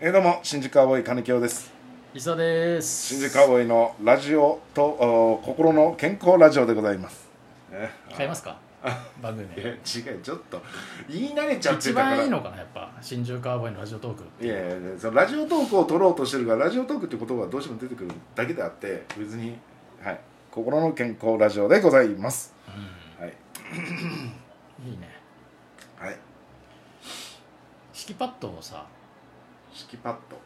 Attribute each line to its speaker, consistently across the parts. Speaker 1: えーどうも新宿アボーイ金清です
Speaker 2: 伊沢です
Speaker 1: 新宿アボーイのラジオとお心の健康ラジオでございますえ
Speaker 2: 変えますか番組
Speaker 1: い
Speaker 2: 名
Speaker 1: や違うちょっと言い慣れちゃって
Speaker 2: 一
Speaker 1: たから
Speaker 2: 番いいのかなやっぱ新宿カーボーイのラジオトーク
Speaker 1: いやいやそのラジオトークを取ろうとしてるからラジオトークって言葉がどうしても出てくるだけであって別にはい心の健康ラジオでございますはい
Speaker 2: いいね
Speaker 1: はい
Speaker 2: 敷きパッドをさ
Speaker 1: 敷きパッド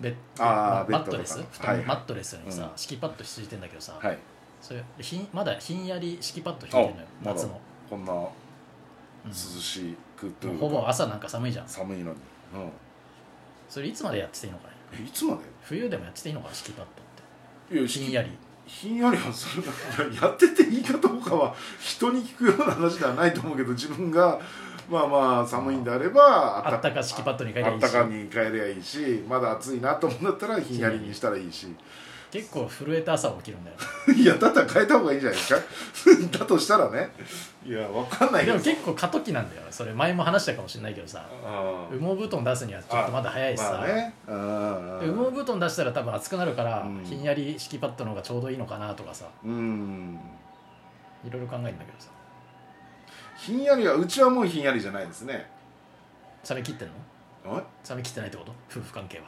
Speaker 2: ベッ
Speaker 1: あーベッ
Speaker 2: マッ
Speaker 1: ドと
Speaker 2: ト
Speaker 1: か
Speaker 2: レス布
Speaker 1: はいは
Speaker 2: 団の
Speaker 1: い
Speaker 2: マットレスにさ、
Speaker 1: う
Speaker 2: 敷きパッド敷いてんだけどさ、
Speaker 1: はい
Speaker 2: それひんまだひんやり敷きパッド敷いてるのよ
Speaker 1: おまだ
Speaker 2: 夏も、
Speaker 1: こんな涼
Speaker 2: う
Speaker 1: しい空
Speaker 2: ん
Speaker 1: という
Speaker 2: ほぼ
Speaker 1: か
Speaker 2: 朝なんか寒いじゃん
Speaker 1: 寒いのに、うん
Speaker 2: それいつまでやってていいのかね
Speaker 1: え、いつま
Speaker 2: 冬でもやってていいのかな敷きパッドって
Speaker 1: でいや
Speaker 2: ひんやり
Speaker 1: ひんやりはそれいややってていいかどうかは人に聞くような話ではないと思うけど自分がまあまあ寒いんであれば
Speaker 2: あったか敷きパッドに変え
Speaker 1: あ
Speaker 2: り
Speaker 1: っ
Speaker 2: ゃいい
Speaker 1: た
Speaker 2: し
Speaker 1: かに変えりゃいいしまだ暑いなと思うんだったらひんやりにしたらいいし
Speaker 2: 結構震えた朝起きるんだよ
Speaker 1: いやだったら変えた方がいいじゃないですか だとしたらねいやわかんない
Speaker 2: で
Speaker 1: よ
Speaker 2: も結構過渡期なんだよそれ前も話したかもしれないけどさ
Speaker 1: あー
Speaker 2: 羽毛布団出すにはちょっとまだ早いしさ、
Speaker 1: まあねあ
Speaker 2: で羽毛布団出したら多分暑くなるから、
Speaker 1: うん
Speaker 2: ひんやり敷きパッドの方がちょうどいいのかなとかさ
Speaker 1: ーうん
Speaker 2: いろいろ考えるんだけどさ
Speaker 1: ひんやりはうちはもうひんやりじゃないですね
Speaker 2: 冷め切ってんの
Speaker 1: あ
Speaker 2: 冷め切ってないってこと夫婦関係はい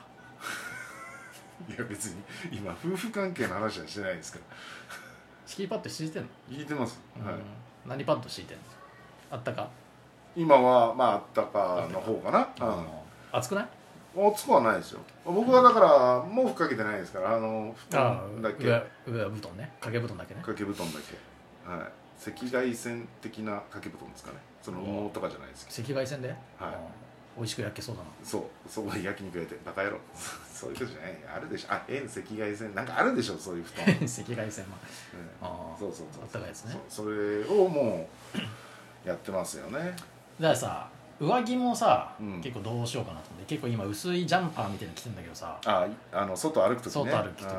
Speaker 1: や別に今夫婦関係の話はしてないですから
Speaker 2: 敷きパッド敷いてんの、
Speaker 1: 聞いてます、
Speaker 2: うん
Speaker 1: はい
Speaker 2: 何パッド敷いてんのあったか
Speaker 1: 今はまああったかの方かな、
Speaker 2: 暑くない
Speaker 1: うん、暑くはないですよ僕はだから毛布かけてないですからあの布
Speaker 2: あ
Speaker 1: 団
Speaker 2: あ
Speaker 1: だけ
Speaker 2: 上上は布団ね掛け布団だけね
Speaker 1: 掛け布団だけはい赤外線的な掛け布団ですかねその羽毛とかじゃないですけ
Speaker 2: 赤外線で、
Speaker 1: はい
Speaker 2: うん美味しく焼けそうだな
Speaker 1: どそうそこで焼肉やってバカ野郎 そういうことじゃないあるでしょあ遠赤外線なんかあるでしょそういう布団、
Speaker 2: 赤外線ま
Speaker 1: う
Speaker 2: あ
Speaker 1: ん
Speaker 2: あ
Speaker 1: そうそうそう
Speaker 2: あったかいやつね
Speaker 1: そうそれをもうやってますよね
Speaker 2: だからさ上着もさ、
Speaker 1: うん
Speaker 2: 結構どうしようかなと思って結構今薄いジャンパーみたいなの着てんだけどさ
Speaker 1: ああの外歩くときね
Speaker 2: 外歩く時
Speaker 1: あ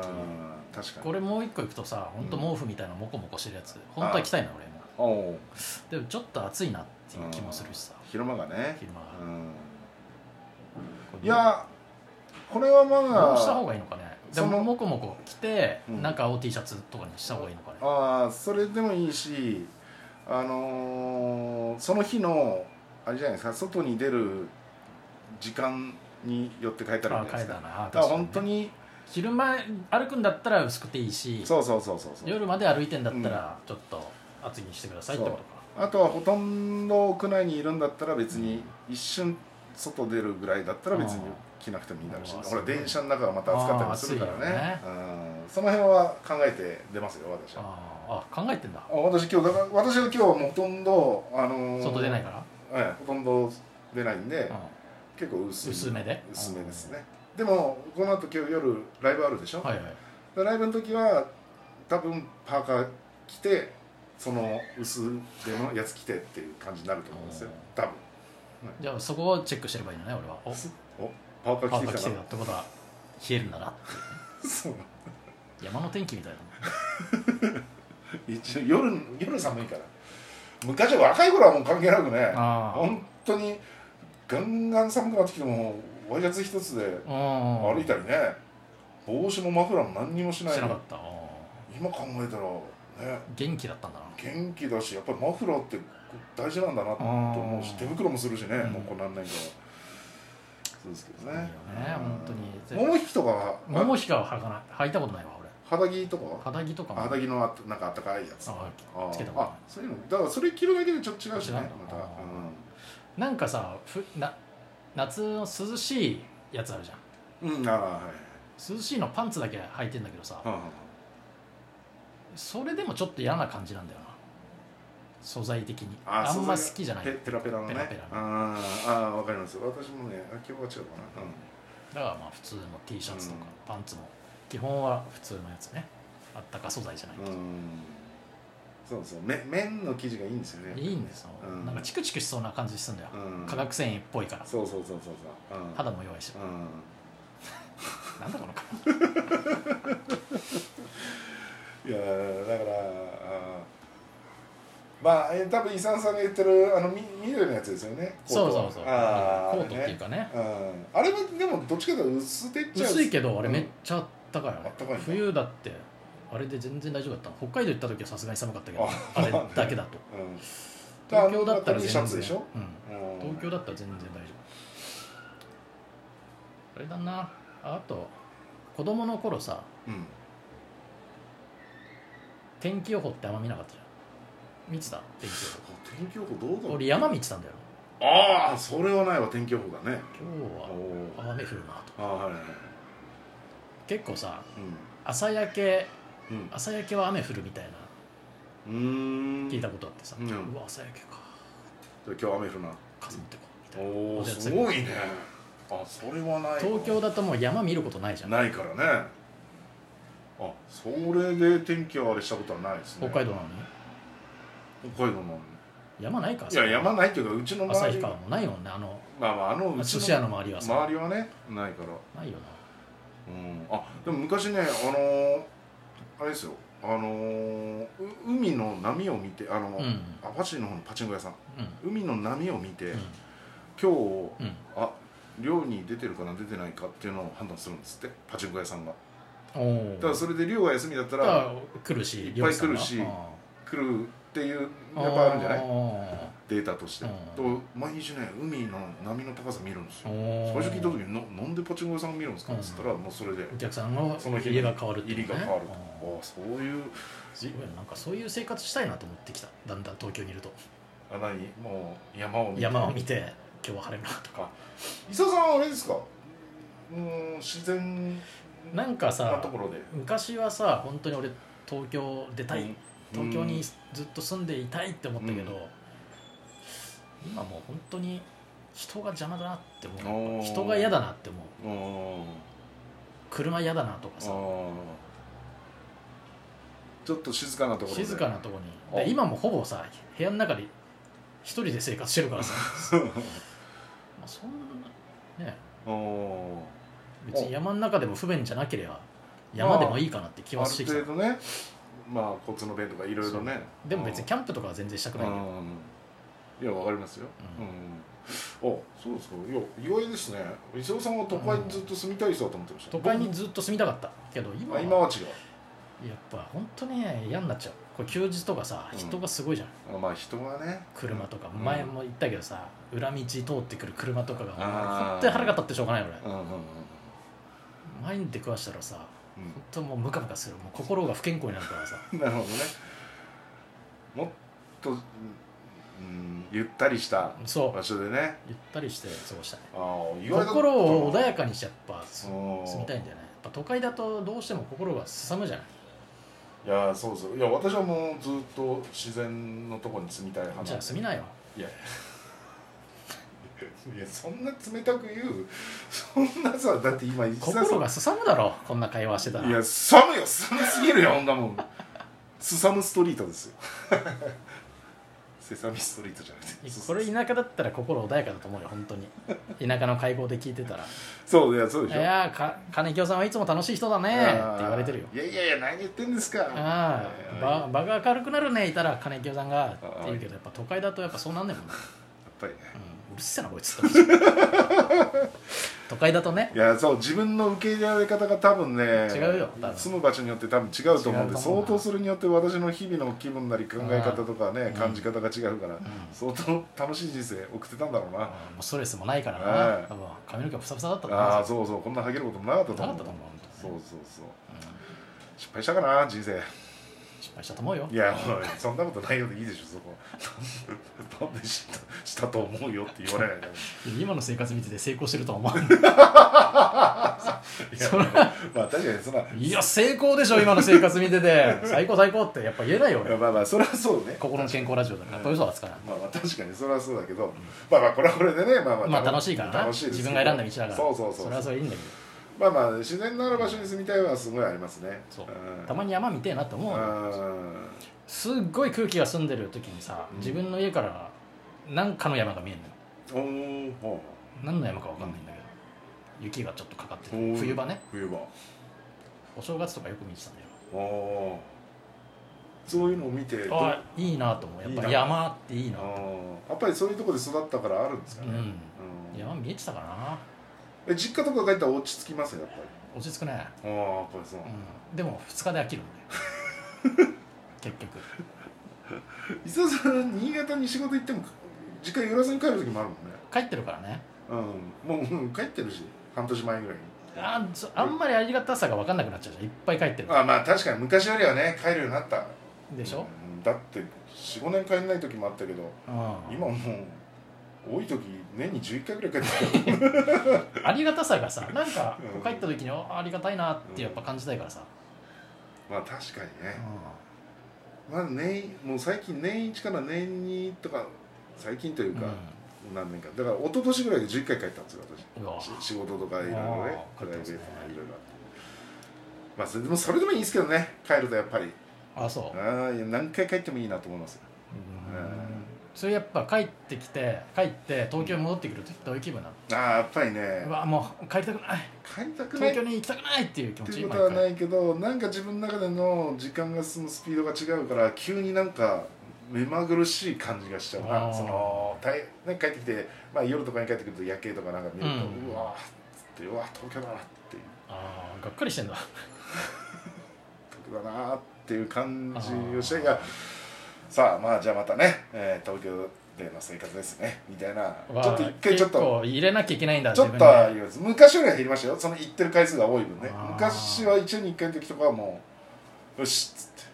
Speaker 1: ー確かに
Speaker 2: これもう一個いくとさ本当毛布みたいなモコモコしてるやつ、本当は着たいな俺も
Speaker 1: おおう
Speaker 2: でもちょっと暑いなっていう気もするしさ、
Speaker 1: 昼間がね
Speaker 2: 昼間が
Speaker 1: うんいやこれはま
Speaker 2: ど
Speaker 1: だ
Speaker 2: うした方がいいのかねで
Speaker 1: その
Speaker 2: もモコモコ着て、
Speaker 1: うん
Speaker 2: なんか青 T シャツとかにした方がいいのかね
Speaker 1: ああそれでもいいしあのーその日のあれじゃないですか外に出る時間によって変えたらいい
Speaker 2: あ
Speaker 1: んじゃな
Speaker 2: 変
Speaker 1: い
Speaker 2: え
Speaker 1: です
Speaker 2: た
Speaker 1: か
Speaker 2: な
Speaker 1: だから
Speaker 2: 確かに
Speaker 1: 本
Speaker 2: ね
Speaker 1: 当に
Speaker 2: 昼間歩くんだったら薄くていいし
Speaker 1: そうそうそうそうそう
Speaker 2: 夜まで歩いてんだったらちょっと厚着にしてくださいってことか
Speaker 1: あとはほとんど屋内にいるんだったら別に一瞬外出るぐらいだったら別に着なくてもいいだろうし
Speaker 2: あー
Speaker 1: ほら電車の中はまた暑かったりもするからねうん、その辺は考えて出ますよ私は
Speaker 2: あーあ考えてんだ
Speaker 1: あ私今日だから私は今日はもうほとんど、あのー
Speaker 2: 外出ないから、
Speaker 1: ええほとんど出ないんで、
Speaker 2: う
Speaker 1: 結構薄
Speaker 2: ん、
Speaker 1: い
Speaker 2: 薄めで
Speaker 1: 薄めですね、でもこの後今日夜ライブあるでしょ、
Speaker 2: はいはい
Speaker 1: でライブの時は多分パーカー着てその薄手のやつ着てっていう感じになると思うんですよ多分
Speaker 2: じゃあそこをチェックしてればいいのね俺はお
Speaker 1: おパーカ
Speaker 2: パ
Speaker 1: ー
Speaker 2: ー
Speaker 1: 着
Speaker 2: カ
Speaker 1: て
Speaker 2: ー
Speaker 1: き
Speaker 2: 着
Speaker 1: た
Speaker 2: て
Speaker 1: な
Speaker 2: たってことは冷えるんだな
Speaker 1: そう
Speaker 2: 山の天気みたいな
Speaker 1: 一応夜夜寒いから昔は若い頃はもう関係なくね
Speaker 2: あ
Speaker 1: 本当にガンガン寒くなってきてもワイシャツ一つで
Speaker 2: あ
Speaker 1: 歩いたりね帽子もマフラーも何にもしない
Speaker 2: してなかったうん
Speaker 1: 今考えたらね
Speaker 2: 元気だったんだな
Speaker 1: 元気だしやっぱりマフラーって大事なんだなと思うし
Speaker 2: あー
Speaker 1: 手袋もするしね、
Speaker 2: うん
Speaker 1: もうこう何年かはそうですけどね
Speaker 2: いいよね本当に
Speaker 1: うん桃引きとかは
Speaker 2: ももひかは履かない履いたことないわ
Speaker 1: 肌着とか
Speaker 2: 俺
Speaker 1: は
Speaker 2: 肌着とかも
Speaker 1: 肌着のあったなんかあったかいやつ
Speaker 2: あ
Speaker 1: あー
Speaker 2: つけたことない
Speaker 1: あそういうのだからそれ着るだけでちょっと違うしねま
Speaker 2: 違うんだ
Speaker 1: た、
Speaker 2: あなんかさふな夏の涼しいやつあるじゃん
Speaker 1: うん、うん、ああはい
Speaker 2: 涼しいのパンツだけ履いてんだけどさ
Speaker 1: はんはんはん
Speaker 2: それでもちょっと嫌な感じなんだよな素材的に
Speaker 1: あー
Speaker 2: あんま
Speaker 1: 素材
Speaker 2: 好きじゃない
Speaker 1: ペ
Speaker 2: だか
Speaker 1: ペラペラのね
Speaker 2: ペラペラの
Speaker 1: あーあーわかります私もねあ今日は違うかな、うん
Speaker 2: らまあ普通の T シャツとか
Speaker 1: うん
Speaker 2: パンツも基本は普通のやつねあったか素材じゃない
Speaker 1: うんそうそうめ綿の生地がいいんですよね
Speaker 2: いいんですよ
Speaker 1: うん
Speaker 2: なんかチクチクしそうな感じするんだよ
Speaker 1: うん
Speaker 2: 化学繊維っぽいから
Speaker 1: そうそうそうそうそう、うん、
Speaker 2: 肌も弱いし
Speaker 1: うん
Speaker 2: なんだこの感じ
Speaker 1: いやだからあーまあ、えー多分伊沢さんが言ってるあのみ緑のやつですよね
Speaker 2: そうそうそうコ
Speaker 1: あー
Speaker 2: ートっていうかね
Speaker 1: あれねうんあれはでもどっちかというと薄手っちゃ
Speaker 2: 薄いけどあれめっちゃあったかいよね
Speaker 1: あったかいね
Speaker 2: 冬だってあれで全然大丈夫だったの北海道行った時はさすがに寒かったけど
Speaker 1: あ
Speaker 2: あれだけだ
Speaker 1: うん、
Speaker 2: と東京だったら
Speaker 1: あの中
Speaker 2: 全
Speaker 1: にシャ
Speaker 2: 然
Speaker 1: ツでしょ、
Speaker 2: うん
Speaker 1: うん
Speaker 2: 東京だったら全然大丈夫あれだなあと子供の頃さ
Speaker 1: うん
Speaker 2: 天気予報ってあんま見なかったじゃん見てた天気
Speaker 1: 天気予報どう
Speaker 2: 予
Speaker 1: だ
Speaker 2: 報
Speaker 1: ろう
Speaker 2: 俺山見てたんだよ
Speaker 1: ああそれはないわ天気予報だねお
Speaker 2: 今
Speaker 1: お
Speaker 2: 日は雨降るなと
Speaker 1: あーはいはいはい
Speaker 2: 結構さ朝焼け
Speaker 1: うんうん
Speaker 2: 朝焼けは雨降るみたいな
Speaker 1: うーん
Speaker 2: 聞いたことあってさ、
Speaker 1: う
Speaker 2: うんわ朝焼けか
Speaker 1: 今日雨降るな
Speaker 2: 風持ってこうみたいな
Speaker 1: おお
Speaker 2: じゃあ次
Speaker 1: すごいねあそれはないわ
Speaker 2: 東京だともう山見ることないじゃん、
Speaker 1: ないからねあそれで天気はあれしたことはないですね
Speaker 2: 北海道なのに
Speaker 1: 北海道の
Speaker 2: 山ないか
Speaker 1: いや山ないっていうかうちの周
Speaker 2: 旭
Speaker 1: り
Speaker 2: 川もないもんねあの
Speaker 1: まあまああのう
Speaker 2: 寿
Speaker 1: ち
Speaker 2: 司屋
Speaker 1: の
Speaker 2: の周りはさ、
Speaker 1: 周りはねないから
Speaker 2: ないよ
Speaker 1: うんあでも昔ねあのーあれですよあのーう海の波を見てあの
Speaker 2: なうんうん
Speaker 1: 網走の方のパチンコ屋さん
Speaker 2: うん
Speaker 1: 海の波を見て、
Speaker 2: うん
Speaker 1: 今日
Speaker 2: うん
Speaker 1: あ漁に出てるかな出てないかっていうのを判断するんですってパチンコ屋さんが
Speaker 2: おお
Speaker 1: ただそれで漁が休みだった
Speaker 2: だからら来るし
Speaker 1: いっぱい来るし
Speaker 2: 漁師
Speaker 1: 来るっていう
Speaker 2: さん
Speaker 1: や
Speaker 2: が
Speaker 1: っぱあるんじゃない
Speaker 2: あ
Speaker 1: データとして
Speaker 2: うん
Speaker 1: と毎日ね海の波の高さ見るんです
Speaker 2: ー
Speaker 1: よ
Speaker 2: お
Speaker 1: 最初
Speaker 2: ー
Speaker 1: 聞いた時にななんでパチンコ屋さんが見るんですかっつったらもうそれで
Speaker 2: お客さんの
Speaker 1: その日の
Speaker 2: 家が変わるってい
Speaker 1: 入
Speaker 2: うね
Speaker 1: りが変わると
Speaker 2: あー
Speaker 1: ああそういう
Speaker 2: すごいななんかそういう生活したいなと思ってきただんだん東京にいると
Speaker 1: あ何もう山を見て
Speaker 2: 山を見て今日は晴れるなと
Speaker 1: 伊沢さんはあれですかうん自然
Speaker 2: なんか
Speaker 1: な
Speaker 2: さ
Speaker 1: ところで
Speaker 2: 昔はさ本当に俺東京出たい、
Speaker 1: うん
Speaker 2: 東京にずっと住んでいたいって思ったけど、今もう本当に人が邪魔だなって思
Speaker 1: お
Speaker 2: う
Speaker 1: ー
Speaker 2: 人が嫌だなって思
Speaker 1: う
Speaker 2: う
Speaker 1: ん
Speaker 2: 車嫌だなとか
Speaker 1: あ
Speaker 2: さ
Speaker 1: ーちょっと静かなところで
Speaker 2: 静かなとこに
Speaker 1: あ
Speaker 2: で今もほぼさ部屋の中で一人で生活してる からさまあそんなね
Speaker 1: あー
Speaker 2: 別に山の中でも不便じゃなければ山でもいいかなって気
Speaker 1: あ
Speaker 2: はして
Speaker 1: る
Speaker 2: きた
Speaker 1: 程度ねまあコツの弁とかいろいろね
Speaker 2: でも別にキャンプとかは全然したくないけど
Speaker 1: うんいやわかりますよ、うんあそうですかいや意外ですね伊沢さんは都会にずっと住みたい人だと思ってました、
Speaker 2: 都会にずっと住みたかったけど今
Speaker 1: 僕あ
Speaker 2: は
Speaker 1: 今は違う
Speaker 2: やっぱ本当ね嫌になっちゃうこれ休日とかさ
Speaker 1: うん
Speaker 2: 人がすごいじゃん、
Speaker 1: あまあ人はね
Speaker 2: 車とか
Speaker 1: うん
Speaker 2: 前も言ったけどさ、裏道通ってくる車とかが
Speaker 1: あー
Speaker 2: 本当に腹が立ってしょうがない俺
Speaker 1: うんうんうんうん
Speaker 2: 前に出くわしたらさ
Speaker 1: うん
Speaker 2: 本当もうムカムカするもう心が不健康になるからさ
Speaker 1: なるほどねもっと、うんうん、ゆったりした
Speaker 2: そう
Speaker 1: 場所でね
Speaker 2: ゆったりして過ごしたね
Speaker 1: あー意外だったな
Speaker 2: 心を穏やかにしてやっぱす
Speaker 1: うん
Speaker 2: 住みたいんだよねやっぱ都会だとどうしても心がすさむじゃない
Speaker 1: いやそうそういや私はもうずっと自然のとこに住みたい派
Speaker 2: じゃ
Speaker 1: なん
Speaker 2: あ
Speaker 1: で
Speaker 2: 住みなよ
Speaker 1: いや いやそんな冷たく言うそんなさだって今石田さん
Speaker 2: 心がすさむだろこんな会話してたら
Speaker 1: いや寒いよ寒すぎるよほんなもんすさむストリートですよ セサミストリートじゃなくて
Speaker 2: これ田舎だったら心穏やかだと思うよ本当に田舎の会合で聞いてたら
Speaker 1: そういやそうでし
Speaker 2: い
Speaker 1: ょ
Speaker 2: やーか金清さんはいつも楽しい人だねって言われてるよ
Speaker 1: いやいやいや何言ってんですか
Speaker 2: ああ
Speaker 1: や
Speaker 2: ば場が明るくなるねいたら金清さんがって
Speaker 1: あー
Speaker 2: 言うけどやっぱ都会だとやっぱそうなんねんもんね、
Speaker 1: っぱりね
Speaker 2: うん、うるせえなこいつって都会だとね
Speaker 1: いやそう自分の受け入れられ方が多分ね
Speaker 2: 違うよ多分
Speaker 1: 住む場所によって多分違うと思うん
Speaker 2: 違うと思う
Speaker 1: で
Speaker 2: な
Speaker 1: 相当それによって私の日々の気分なり考え方とかね
Speaker 2: ん
Speaker 1: 感じ方が違うから、相当楽しい人生送ってたんだろうな、
Speaker 2: あーもうストレスもないから
Speaker 1: う
Speaker 2: なん多分髪の毛もふさふさだったと思う
Speaker 1: ああ
Speaker 2: んですよ
Speaker 1: そうそうこんなハゲることもなかったと
Speaker 2: な
Speaker 1: 思
Speaker 2: かっ
Speaker 1: う
Speaker 2: たと思う
Speaker 1: そう
Speaker 2: 本
Speaker 1: そうそう
Speaker 2: 当にうん
Speaker 1: 失敗したかな人生
Speaker 2: 失敗したと思うよ
Speaker 1: いやおいそんなことないよでいいでしょそこなんでしたしたと思うよって言われないで
Speaker 2: 今の生活見てて成功してるとは思わない
Speaker 1: いや
Speaker 2: それ
Speaker 1: まあ確かにそんない
Speaker 2: や成功でしょ今の生活見てて 最高最高ってやっぱ言えないよ
Speaker 1: いや
Speaker 2: 俺
Speaker 1: まあまあそれはそうね
Speaker 2: 心の健康ラジオだからやっぱ嘘はつかない
Speaker 1: まあまあ確かにそれはそうだけど、まあまあこれはこれでねまあまあ
Speaker 2: まあ楽しいからな
Speaker 1: 楽しいです
Speaker 2: 自
Speaker 1: けど
Speaker 2: 分が選んだ道だから
Speaker 1: そうそうそう
Speaker 2: れはそれいいんだけ
Speaker 1: まあまあ自然のある場所に住みたいはすごいありますね
Speaker 2: どそうんたまに山見てえなって思う
Speaker 1: う
Speaker 2: の
Speaker 1: ん
Speaker 2: すっごい空気が澄んでる時にさ
Speaker 1: うん
Speaker 2: 自分の家から何かの山が見えるのよ
Speaker 1: おーほ
Speaker 2: 何の山か分かんないんだけど雪がちょっとかかって
Speaker 1: うほう
Speaker 2: て冬場ね
Speaker 1: 冬場
Speaker 2: お正月とかよく見てたんだよ
Speaker 1: おーそういうのを見てどう
Speaker 2: あいいなと思うやっぱ
Speaker 1: いいな
Speaker 2: り山っていいな
Speaker 1: あーやっぱりそういうところで育ったからあるんですかね、
Speaker 2: うん
Speaker 1: うん
Speaker 2: 山見えてたかな
Speaker 1: え実家とか帰ったら落ち着きますよやっぱ
Speaker 2: 落ち着くね、
Speaker 1: りああやっぱりそう、
Speaker 2: うん、でも2日で飽きるんだよ 結局
Speaker 1: 伊沢さん新潟に仕事行っても実家寄らずに帰る時もあるもんね
Speaker 2: 帰ってるからね
Speaker 1: うんもう、うん、帰ってるし半年前ぐらいに
Speaker 2: あーそあんまりありがたさが分かんなくなっちゃうじゃんいっぱい帰ってるか
Speaker 1: あまあ確かに昔よりはね帰るようになった
Speaker 2: らでしょ、
Speaker 1: うんだって45年帰んない時もあったけど
Speaker 2: うん、
Speaker 1: 今もう多い時年に11回ぐらい帰ってくる
Speaker 2: ありがたさがさなんか
Speaker 1: うん
Speaker 2: 帰った時にあありがたいなってやっぱ感じたいからさ、
Speaker 1: まあ確かに
Speaker 2: う
Speaker 1: ね
Speaker 2: ん、
Speaker 1: まあ年もう最近年1から年2とか最近というか、何年かだから一昨年ぐらいで11回帰ったんですよ
Speaker 2: うんうわ
Speaker 1: 私し仕事とかいろいろね
Speaker 2: あー
Speaker 1: プライベートとか
Speaker 2: 帰ってます
Speaker 1: い
Speaker 2: ね
Speaker 1: ろいろあってまあそれでもそれでもいいですけどね帰るとやっぱり
Speaker 2: あそ
Speaker 1: あーいや何回帰ってもいいなと思いますよ
Speaker 2: う、
Speaker 1: う
Speaker 2: うんん、それやっぱ帰ってきて帰って東京に戻ってくるとどういう気分なの、
Speaker 1: ああやっぱりね
Speaker 2: うわもう帰りたくない
Speaker 1: 帰りたくない
Speaker 2: 東京に行きたくないっていう気持
Speaker 1: って
Speaker 2: ち
Speaker 1: いうことはないいけどなんか自分の中での時間が進むスピードが違うから急になんか目まぐるしい感じがしちゃう
Speaker 2: あ
Speaker 1: な
Speaker 2: ー
Speaker 1: その大なんか帰ってきて、まあ、夜とかに帰ってくると夜景とかなんか見ると、う
Speaker 2: うん
Speaker 1: わーっつってうわー東京だなっていう
Speaker 2: ああがっかりしてんだ
Speaker 1: 東京だなっていう感じをしたいがさあまあじゃあまたね、えー東京での生活ですねみたいな
Speaker 2: わあ
Speaker 1: ちょっと一回ちょっ
Speaker 2: 結
Speaker 1: と
Speaker 2: 構入れなきゃいけないんだ
Speaker 1: ちょっ
Speaker 2: 自
Speaker 1: と
Speaker 2: 分
Speaker 1: は
Speaker 2: で
Speaker 1: 言います昔よりは減りましたよその行ってる回数が多い分ね
Speaker 2: あー
Speaker 1: 昔は1年に1回の時とかはもうよしっつって、うん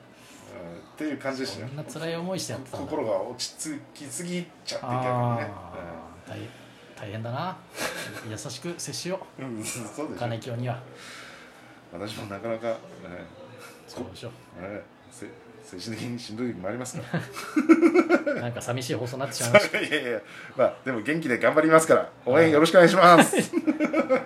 Speaker 1: っていう感じでした
Speaker 2: そ
Speaker 1: ね
Speaker 2: んな辛い思いしてやってたんだ
Speaker 1: 心が落ち着きすぎちゃっていた
Speaker 2: あ
Speaker 1: からね
Speaker 2: あ大大変 だな優しく接しよ
Speaker 1: うん、 うんそう
Speaker 2: う
Speaker 1: でしょ
Speaker 2: 金清には
Speaker 1: 私もなかなか、え
Speaker 2: そうでしょ
Speaker 1: えええせ精神的にしんどい時もあります から
Speaker 2: なんか寂しい放 送になってしまいました
Speaker 1: いやいやいやまあでも元気で頑張りますから応援よろしくお願いします